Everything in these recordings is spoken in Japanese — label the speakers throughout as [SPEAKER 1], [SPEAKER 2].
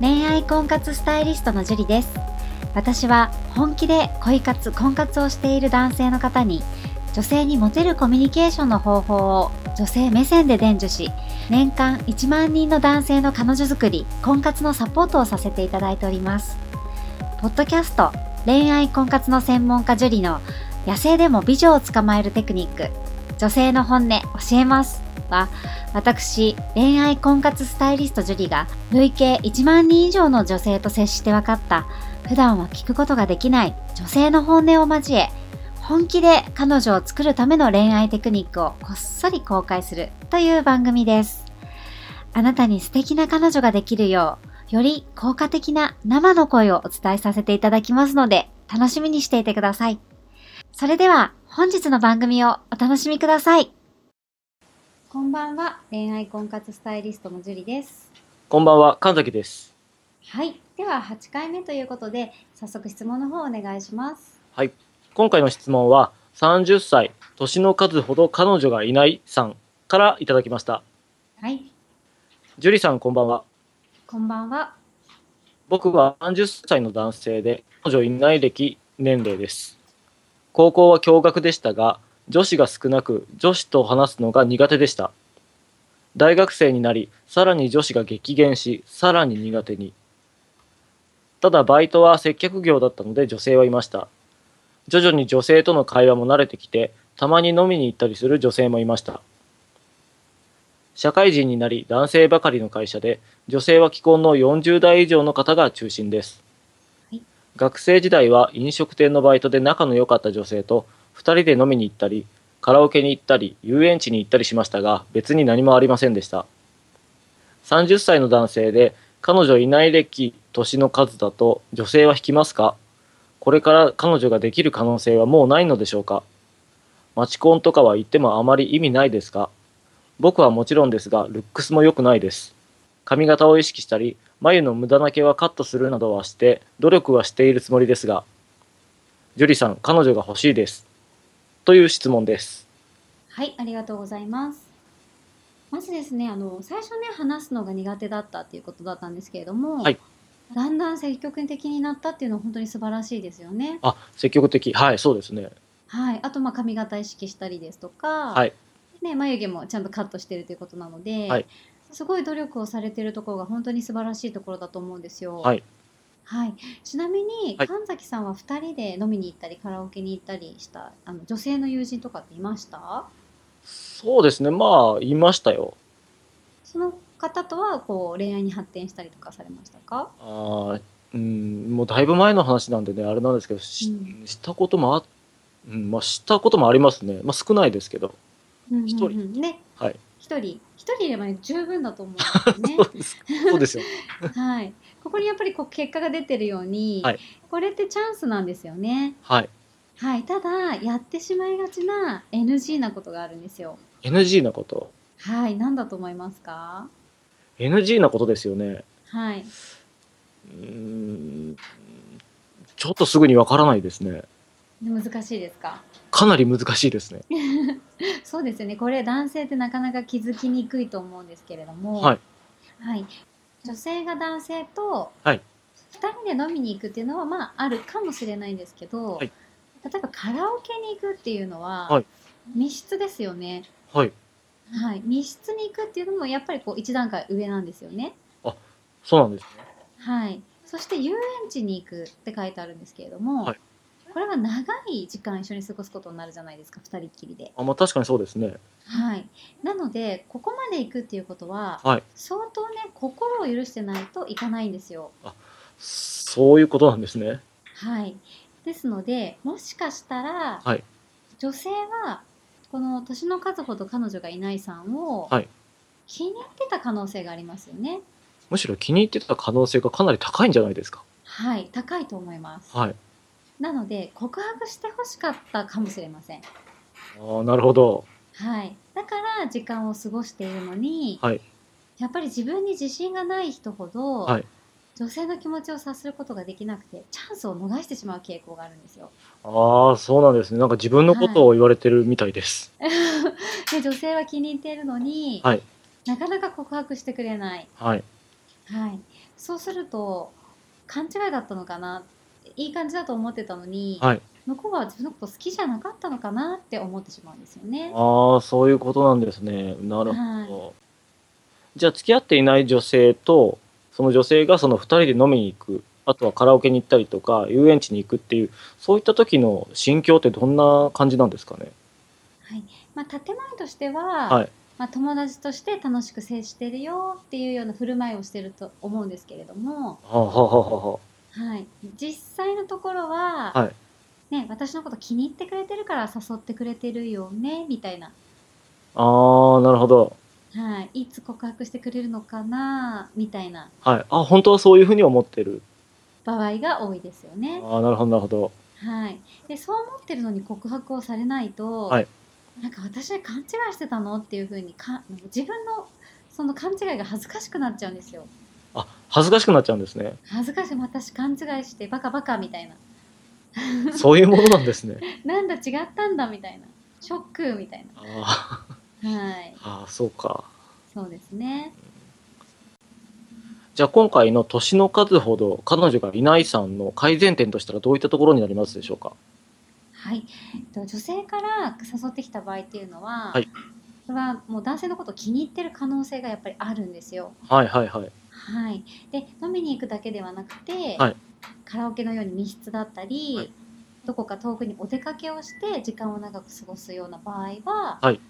[SPEAKER 1] 恋愛婚活スタイリストのジュリです私は本気で恋活婚活をしている男性の方に女性にモテるコミュニケーションの方法を女性目線で伝授し年間1万人の男性の彼女作り婚活のサポートをさせていただいておりますポッドキャスト恋愛婚活の専門家ジュリの野生でも美女を捕まえるテクニック女性の本音教えますは私恋愛婚活スタイリストジュリが累計1万人以上の女性と接して分かった普段は聞くことができない女性の本音を交え本気で彼女を作るための恋愛テクニックをこっそり公開するという番組ですあなたに素敵な彼女ができるようより効果的な生の声をお伝えさせていただきますので楽しみにしていてくださいそれでは本日の番組をお楽しみくださいこんばんは恋愛婚活スタイリストのジュリです
[SPEAKER 2] こんばんは、神崎です。
[SPEAKER 1] はいでは8回目ということで早速質問の方お願いします
[SPEAKER 2] はい。今回の質問は、30歳、年の数ほど彼女がいないさんからいただきました。
[SPEAKER 1] はい
[SPEAKER 2] ジュリさん、こんばんは。
[SPEAKER 1] こんばんは
[SPEAKER 2] 僕は30歳の男性で、彼女いない歴年齢です。高校は共学でしたが、女子が少なく、女子と話すのが苦手でした。大学生になり、さらに女子が激減し、さらに苦手に。ただ、バイトは接客業だったので女性はいました。徐々に女性との会話も慣れてきて、たまに飲みに行ったりする女性もいました。社会人になり、男性ばかりの会社で、女性は既婚の40代以上の方が中心です、
[SPEAKER 1] はい
[SPEAKER 2] 学生時代は飲食店のバイトで仲の良かった女性と2人で飲みに行ったりカラオケに行ったり遊園地に行ったりしましたが別に何もありませんでした30歳の男性で彼女いない歴年の数だと女性は引きますかこれから彼女ができる可能性はもうないのでしょうかマチコンとかは言ってもあまり意味ないですか僕はもちろんですがルックスも良くないです髪型を意識したり眉の無駄な毛はカットするなどはして努力はしているつもりですがジュリさん彼女が欲しいですという質問です
[SPEAKER 1] はい、ありがとうございます。まずですね、あの最初ね話すのが苦手だったっていうことだったんですけれども、
[SPEAKER 2] はい
[SPEAKER 1] だんだん積極的になったっていうのは本当に素晴らしいですよね。
[SPEAKER 2] あ積極的はいそうですね
[SPEAKER 1] はい、あとまあ髪型意識したりですとか、
[SPEAKER 2] はい
[SPEAKER 1] ね眉毛もちゃんとカットしてるということなので、
[SPEAKER 2] はい
[SPEAKER 1] すごい努力をされてるところが本当に素晴らしいところだと思うんですよ。
[SPEAKER 2] はい
[SPEAKER 1] はい、ちなみに
[SPEAKER 2] はい
[SPEAKER 1] 神崎さんは2人で飲みに行ったりカラオケに行ったりしたあの女性の友人とかっていました
[SPEAKER 2] そうですねまあ言いましたよ
[SPEAKER 1] その方とはこう恋愛に発展したりとかされましたか？
[SPEAKER 2] あーうんもうだいぶ前の話なんでねあれなんですけどし,、
[SPEAKER 1] う
[SPEAKER 2] たこともあ、うんまあ、したこともありますね、まあ、少ないですけど
[SPEAKER 1] 一
[SPEAKER 2] 人
[SPEAKER 1] ね。
[SPEAKER 2] はい
[SPEAKER 1] 一人一人いればね十分だと思うんですよ
[SPEAKER 2] そうです そうですよ
[SPEAKER 1] ね。はい。ここにやっぱりこう結果が出てるように、
[SPEAKER 2] はい
[SPEAKER 1] これってチャンスなんですよね。
[SPEAKER 2] はい
[SPEAKER 1] はい。ただやってしまいがちな NG なことがあるんですよ。
[SPEAKER 2] NG なこと
[SPEAKER 1] はい。なんだと思いますか？
[SPEAKER 2] NG なことですよね
[SPEAKER 1] はい。
[SPEAKER 2] うーんちょっとすぐにわからないですね。
[SPEAKER 1] 難しいですか？
[SPEAKER 2] かなり難しいですね。
[SPEAKER 1] そうですよね。これ男性ってなかなか気づきにくいと思うんですけれども、
[SPEAKER 2] はい。
[SPEAKER 1] はい、女性が男性と
[SPEAKER 2] は
[SPEAKER 1] 2
[SPEAKER 2] い
[SPEAKER 1] 人で飲みに行くっていうのはまああるかもしれないんですけど、
[SPEAKER 2] はい
[SPEAKER 1] 例えばカラオケに行くっていうのは、
[SPEAKER 2] はい
[SPEAKER 1] 密室ですよね、
[SPEAKER 2] はい。
[SPEAKER 1] はい、密室に行くっていうのもやっぱりこう一段階上なんですよね。
[SPEAKER 2] そうなんです。
[SPEAKER 1] はい、そして遊園地に行くって書いてあるんですけれども、
[SPEAKER 2] はい
[SPEAKER 1] これは長い時間一緒に過ごすことになるじゃないですか2人っきりで。
[SPEAKER 2] あ、まあ、確かにそうですね。
[SPEAKER 1] はい、なのでここまで行くっていうことは、
[SPEAKER 2] はい
[SPEAKER 1] 相当ね心を許してないといかないんですよ。
[SPEAKER 2] そういうことなんですね。
[SPEAKER 1] はい、ですのでもしかしたら、
[SPEAKER 2] はい
[SPEAKER 1] 女性はこの年の数ほど彼女がいないさんを、
[SPEAKER 2] はい
[SPEAKER 1] 気に入ってた可能性がありますよね。
[SPEAKER 2] むしろ気に入ってた可能性がかなり高いんじゃないですか。
[SPEAKER 1] はい、高いと思います。
[SPEAKER 2] はい。
[SPEAKER 1] なので告白してほしかったかもしれません。
[SPEAKER 2] ああ、なるほど。
[SPEAKER 1] はい、だから時間を過ごしているのに、
[SPEAKER 2] はい
[SPEAKER 1] やっぱり自分に自信がない人ほど、
[SPEAKER 2] はい
[SPEAKER 1] 女性の気持ちを察することができなくてチャンスを逃してしまう傾向があるんですよ。
[SPEAKER 2] ああ、そうなんですね。なんか自分のことを言われてるみたいです。
[SPEAKER 1] で女性は気に入っているのに、
[SPEAKER 2] はい
[SPEAKER 1] なかなか告白してくれない、
[SPEAKER 2] はい。
[SPEAKER 1] はい、そうすると勘違いだったのかないい感じだと思ってたのに、
[SPEAKER 2] はい
[SPEAKER 1] 向こうは自分のこと好きじゃなかったのかなって思ってしまうんですよね。
[SPEAKER 2] ああ、そういうことなんですね。なるほど。じゃあ、付き合っていない女性と、その女性がその2人で飲みに行く、あとはカラオケに行ったりとか、遊園地に行くっていう、そういった時の心境ってどんな感じなんですかね。
[SPEAKER 1] まあ、建前としては、
[SPEAKER 2] はい
[SPEAKER 1] まあ、友達として楽しく接してるよっていうような振る舞いをしてると思うんですけれども、
[SPEAKER 2] はあ、はあはあは
[SPEAKER 1] はい、実際のところは、
[SPEAKER 2] はい
[SPEAKER 1] ね、私のこと気に入ってくれてるから誘ってくれてるよねみたいな、
[SPEAKER 2] あ、あーなるほど。
[SPEAKER 1] はい、いつ告白してくれるのかなみたいな
[SPEAKER 2] はい。あ、本当はそういうふうに思ってる。
[SPEAKER 1] 場合が多いですよね。
[SPEAKER 2] ああ、なるほど、なるほど。
[SPEAKER 1] はい、でそう思ってるのに告白をされないと、
[SPEAKER 2] はい
[SPEAKER 1] なんか私勘違いしてたのっていうふうにか自分のその勘違いが恥ずかしくなっちゃうんですよ。
[SPEAKER 2] あ、恥ずかしくなっちゃうんですね。
[SPEAKER 1] 恥ずかしい私勘違いしてバカバカみたいな
[SPEAKER 2] そういうものなんですね。
[SPEAKER 1] なんだ違ったんだみたいなショックみたい
[SPEAKER 2] あ
[SPEAKER 1] なはい
[SPEAKER 2] ーあー、そうか。
[SPEAKER 1] そうですね
[SPEAKER 2] じゃあ今回の年の数ほど彼女がいないさんの改善点としたらどういったところになりますでしょうか
[SPEAKER 1] はい、えっと、女性から誘ってきた場合っていうのは、
[SPEAKER 2] はい
[SPEAKER 1] これはもう男性のことを気に入ってる可能性がやっぱりあるんですよ
[SPEAKER 2] はいはいはい。
[SPEAKER 1] はいで飲みに行くだけではなくて、
[SPEAKER 2] はい
[SPEAKER 1] カラオケのように密室だったり、
[SPEAKER 2] はい
[SPEAKER 1] どこか遠くにお出かけをして時間を長く過ごすような場合は、
[SPEAKER 2] はい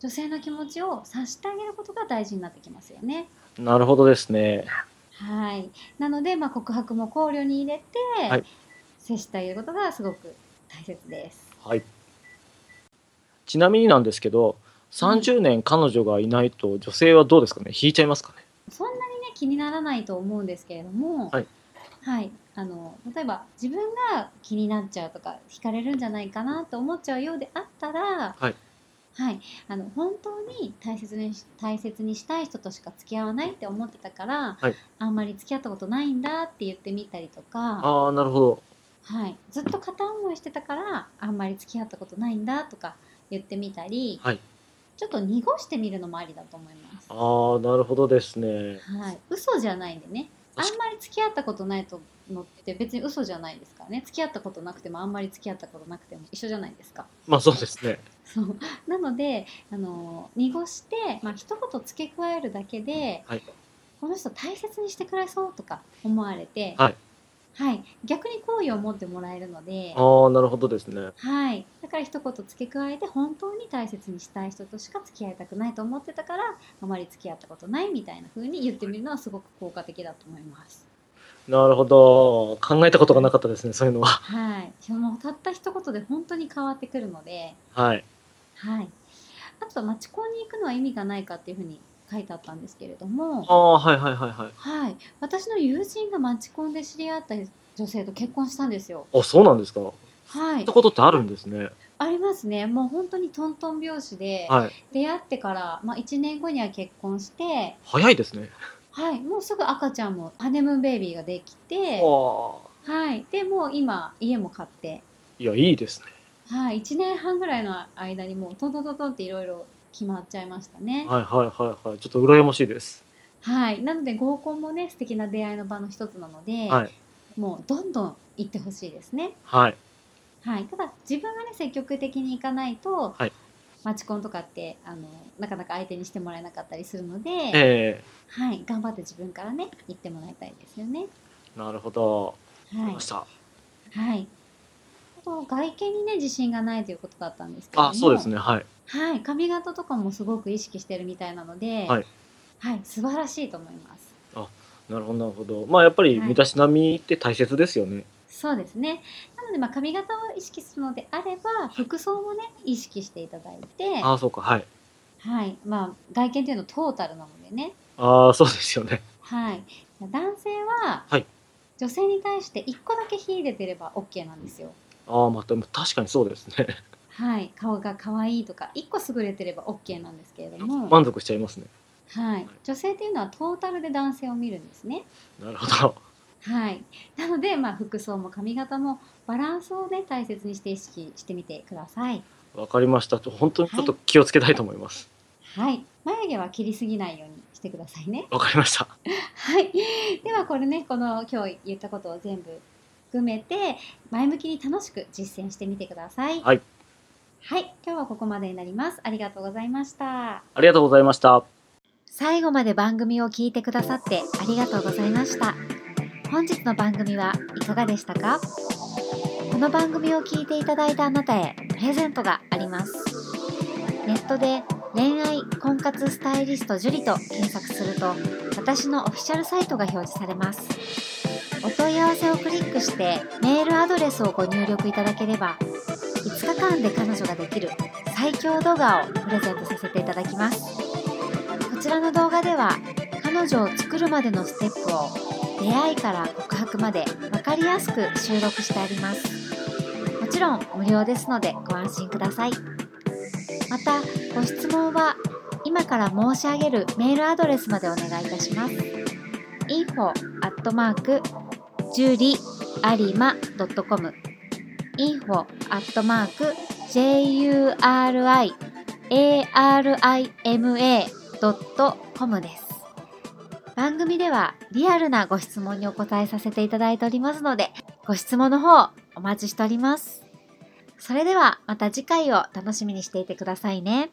[SPEAKER 1] 女性の気持ちを察してあげることが大事になってきますよね。
[SPEAKER 2] なるほどですね。
[SPEAKER 1] はい、なので、まあ、告白も考慮に入れて、
[SPEAKER 2] はい
[SPEAKER 1] 接してあげることがすごく大切です。
[SPEAKER 2] はい。ちなみになんですけど、30年彼女がいないと女性はどうですかね引いちゃいますかね
[SPEAKER 1] そんなにね気にならないと思うんですけれども、
[SPEAKER 2] はい
[SPEAKER 1] はいあの例えば自分が気になっちゃうとか惹かれるんじゃないかなと思っちゃうようであったら、
[SPEAKER 2] はい
[SPEAKER 1] はいあの本当に大切にし大切にしたい人としか付き合わないって思ってたから、
[SPEAKER 2] はい
[SPEAKER 1] あんまり付き合ったことないんだって言ってみたりとか。
[SPEAKER 2] ああ、なるほど。
[SPEAKER 1] はい、ずっと片思いしてたからあんまり付き合ったことないんだとか言ってみたり、
[SPEAKER 2] はい
[SPEAKER 1] ちょっと濁してみるのもありだと思います。
[SPEAKER 2] ああ、なるほどですね。
[SPEAKER 1] はい、嘘じゃないんでねあん
[SPEAKER 2] 確
[SPEAKER 1] まり付き合ったことないとのって別に嘘じゃないですからね付き合ったことなくてもあんまり付き合ったことなくても一緒じゃないですか。
[SPEAKER 2] まあそうですね。
[SPEAKER 1] そうなのであの濁して、まあ一言付け加えるだけで、
[SPEAKER 2] はい
[SPEAKER 1] この人大切にしてくれそうとか思われて、
[SPEAKER 2] はい
[SPEAKER 1] はい逆に好意を持ってもらえるので。
[SPEAKER 2] ああ、なるほどですね。
[SPEAKER 1] はい、だから一言付け加えて本当に大切にしたい人としか付き合いたくないと思ってたからあまり付き合ったことないみたいな風に言ってみるのはすごく効果的だと思います。
[SPEAKER 2] なるほど。考えたことがなかったですね、そういうのは。
[SPEAKER 1] はい、そのたった一言で本当に変わってくるので、
[SPEAKER 2] はい。
[SPEAKER 1] はい、あとは町コンに行くのは意味がないかっていう風に書いてあったんですけれども、
[SPEAKER 2] ああ、はいはいはいはい。
[SPEAKER 1] はい、私の友人が町コンで知り合った女性と結婚したんですよ。
[SPEAKER 2] あ、そうなんですか。そ
[SPEAKER 1] は
[SPEAKER 2] うい
[SPEAKER 1] い
[SPEAKER 2] った、ことってあるんですね。
[SPEAKER 1] ありますね。もう本当にトントン拍子で、
[SPEAKER 2] はい。
[SPEAKER 1] 出会ってから、まあ、1年後には結婚して、
[SPEAKER 2] 早いですね。
[SPEAKER 1] はい、もうすぐ赤ちゃんもハネムーンベイビーができて、
[SPEAKER 2] ああ。
[SPEAKER 1] はい、でもう今家も買って、
[SPEAKER 2] いや、いいです
[SPEAKER 1] はい、1年半ぐらいの間にもうトントントントンっていろいろ決まっちゃいましたね
[SPEAKER 2] ね。、はいはいはいはい。ちょっと羨ましいです。
[SPEAKER 1] はい、なので合コンもね素敵な出会いの場の一つなので、
[SPEAKER 2] はい。
[SPEAKER 1] もうどんどん行ってほしいですね、
[SPEAKER 2] はい。
[SPEAKER 1] はい、ただ自分がね積極的に行かないと、
[SPEAKER 2] はい
[SPEAKER 1] マチコンとかってあのなかなか相手にしてもらえなかったりするので、
[SPEAKER 2] え
[SPEAKER 1] はい、頑張って自分からね行ってもらいたいですよね。
[SPEAKER 2] えなるほど。わか
[SPEAKER 1] は
[SPEAKER 2] り
[SPEAKER 1] い
[SPEAKER 2] ました。
[SPEAKER 1] はい。あと外見にね自信がないということだったんですけども
[SPEAKER 2] あ、そうです。ね。はい。
[SPEAKER 1] はい、髪型とかもすごく意識してるみたいなので、
[SPEAKER 2] はい、
[SPEAKER 1] はい、素晴らしいと思います。
[SPEAKER 2] なるほど、なるほど。まあ、やっぱり
[SPEAKER 1] はい
[SPEAKER 2] 身だしなみって大切ですよね。
[SPEAKER 1] そうですね。なのでまあ髪型を意識するのであれば、服装もね意識していただいて、
[SPEAKER 2] ああ、そうか。はい。
[SPEAKER 1] はい、まあ外見というのはトータルなのでね、
[SPEAKER 2] ああ、そうですよね。
[SPEAKER 1] はい、男性は、
[SPEAKER 2] はい
[SPEAKER 1] 女性に対して一個だけ秀でてれば OK なんですよ。
[SPEAKER 2] ああ、また、確かにそうですね。
[SPEAKER 1] はい、顔が可愛いとか一個優れてれば OK なんですけれども、
[SPEAKER 2] 満足しちゃいますね。
[SPEAKER 1] はい、女性っていうのはトータルで男性を見るんですね。
[SPEAKER 2] なるほど。
[SPEAKER 1] はい、なので、まあ、服装も髪型もバランスをね大切にして意識してみてください。
[SPEAKER 2] わかりました。ちょ本当にちょっと気をつけたいと思います。
[SPEAKER 1] はい、眉毛は切りすぎないようにししてくださいね。
[SPEAKER 2] わかりました。
[SPEAKER 1] はい。ではこれね、この今日言ったことを全部含めて、前向きに楽しく実践してみてください。
[SPEAKER 2] はい。
[SPEAKER 1] はい。今日はここまでになります。ありがとうございました。
[SPEAKER 2] ありがとうございました。
[SPEAKER 1] 最後まで番組を聞いてくださってありがとうございました本日の番組はいかがでしたかこの番組を聞いていただいたあなたへプレゼントがありますネットで恋愛婚活スタイリスト樹里と検索すると私のオフィシャルサイトが表示されますお問い合わせをクリックしてメールアドレスをご入力いただければ5日間で彼女ができる最強動画をプレゼントさせていただきますこちらの動画では彼女を作るまでのステップを出会いから告白まで分かりやすく収録してありますもちろん無料ですのでご安心くださいまたご質問は今から申し上げるメールアドレスまでお願いいたします info juriarima.com info juriarima.com .com です。番組ではリアルなご質問にお答えさせていただいておりますので、ご質問の方お待ちしております。それではまた次回を楽しみにしていてくださいね。